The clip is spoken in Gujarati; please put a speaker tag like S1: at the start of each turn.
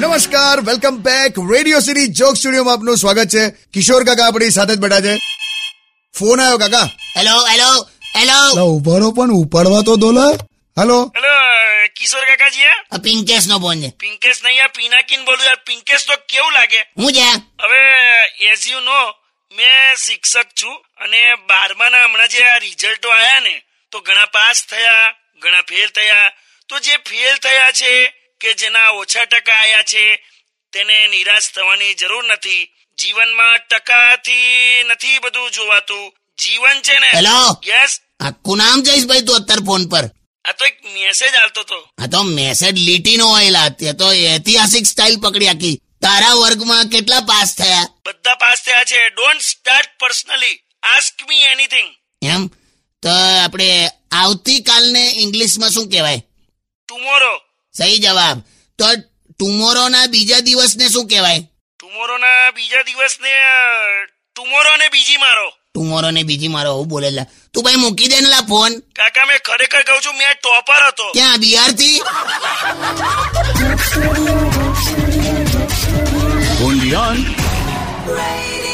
S1: નમસ્કાર welcome back Radio City joke સ્ટુડિયોમાં આપનું સ્વાગત છે કિશોર કાકા આપણી સાથે જ બેઠા છે ફોન આવ્યો કાકા
S2: હેલો હેલો હેલો
S1: લા, ઉભા રહો પણ ઉપાડવા તો દોલા હલો
S3: હેલો કિશોર કાકાજી હે?
S2: આ પિંકેશ નો ફોન છે
S3: પિંકેશ નહીં આ પીનાકીન બોલું યાર પિંકેશ તો કેવું લાગે
S2: હું છે
S3: હવે એઝ યુ નો મેં શિક્ષક છું અને બારમાના હમણાં જે આ રિઝલ્ટો આવ્યા ને તો ઘણા પાસ થયા ઘણા ફેલ થયા તો જે ફેલ થયા છે કે જેના ઓછા ટકા આવ્યા છે તેને નિરાશ થવાની જરૂર નથી જીવનમાં ટકાથી નથી બધું જોવાતું જીવન છે ને
S2: હેલો
S3: યસ
S2: આખું નામ જયેશભાઈ તું અત્યારે ફોન પર
S3: આ તો એક મેસેજ આવતો હતો
S2: આ તો મેસેજ લીટીનો આયેલા તે તો ઐતિહાસિક સ્ટાઇલ પકડી આખી તારા વર્ગમાં કેટલા પાસ થયા
S3: બધા પાસ થયા છે don't start personally ask me anything
S2: એમ તો આપણે આવતીકાલને ઇંગ્લિશમાં શું કહેવાય
S3: ટુમોરો
S2: સહી જવાબ તો ટુમોરોના બીજા દિવસને શું કહેવાય
S3: ટુમોરોના બીજા દિવસને ટુમોરો ને બીજી મારો
S2: ટુમોરોને બીજી મારો આવું બોલેલા તું ભાઈ મૂકી દે ને લા ફોન
S3: કાકા મેં ખરેખર કહું છું મેં ટોપર હતો
S2: ક્યાં બિહારથી
S4: Undian.
S5: Radio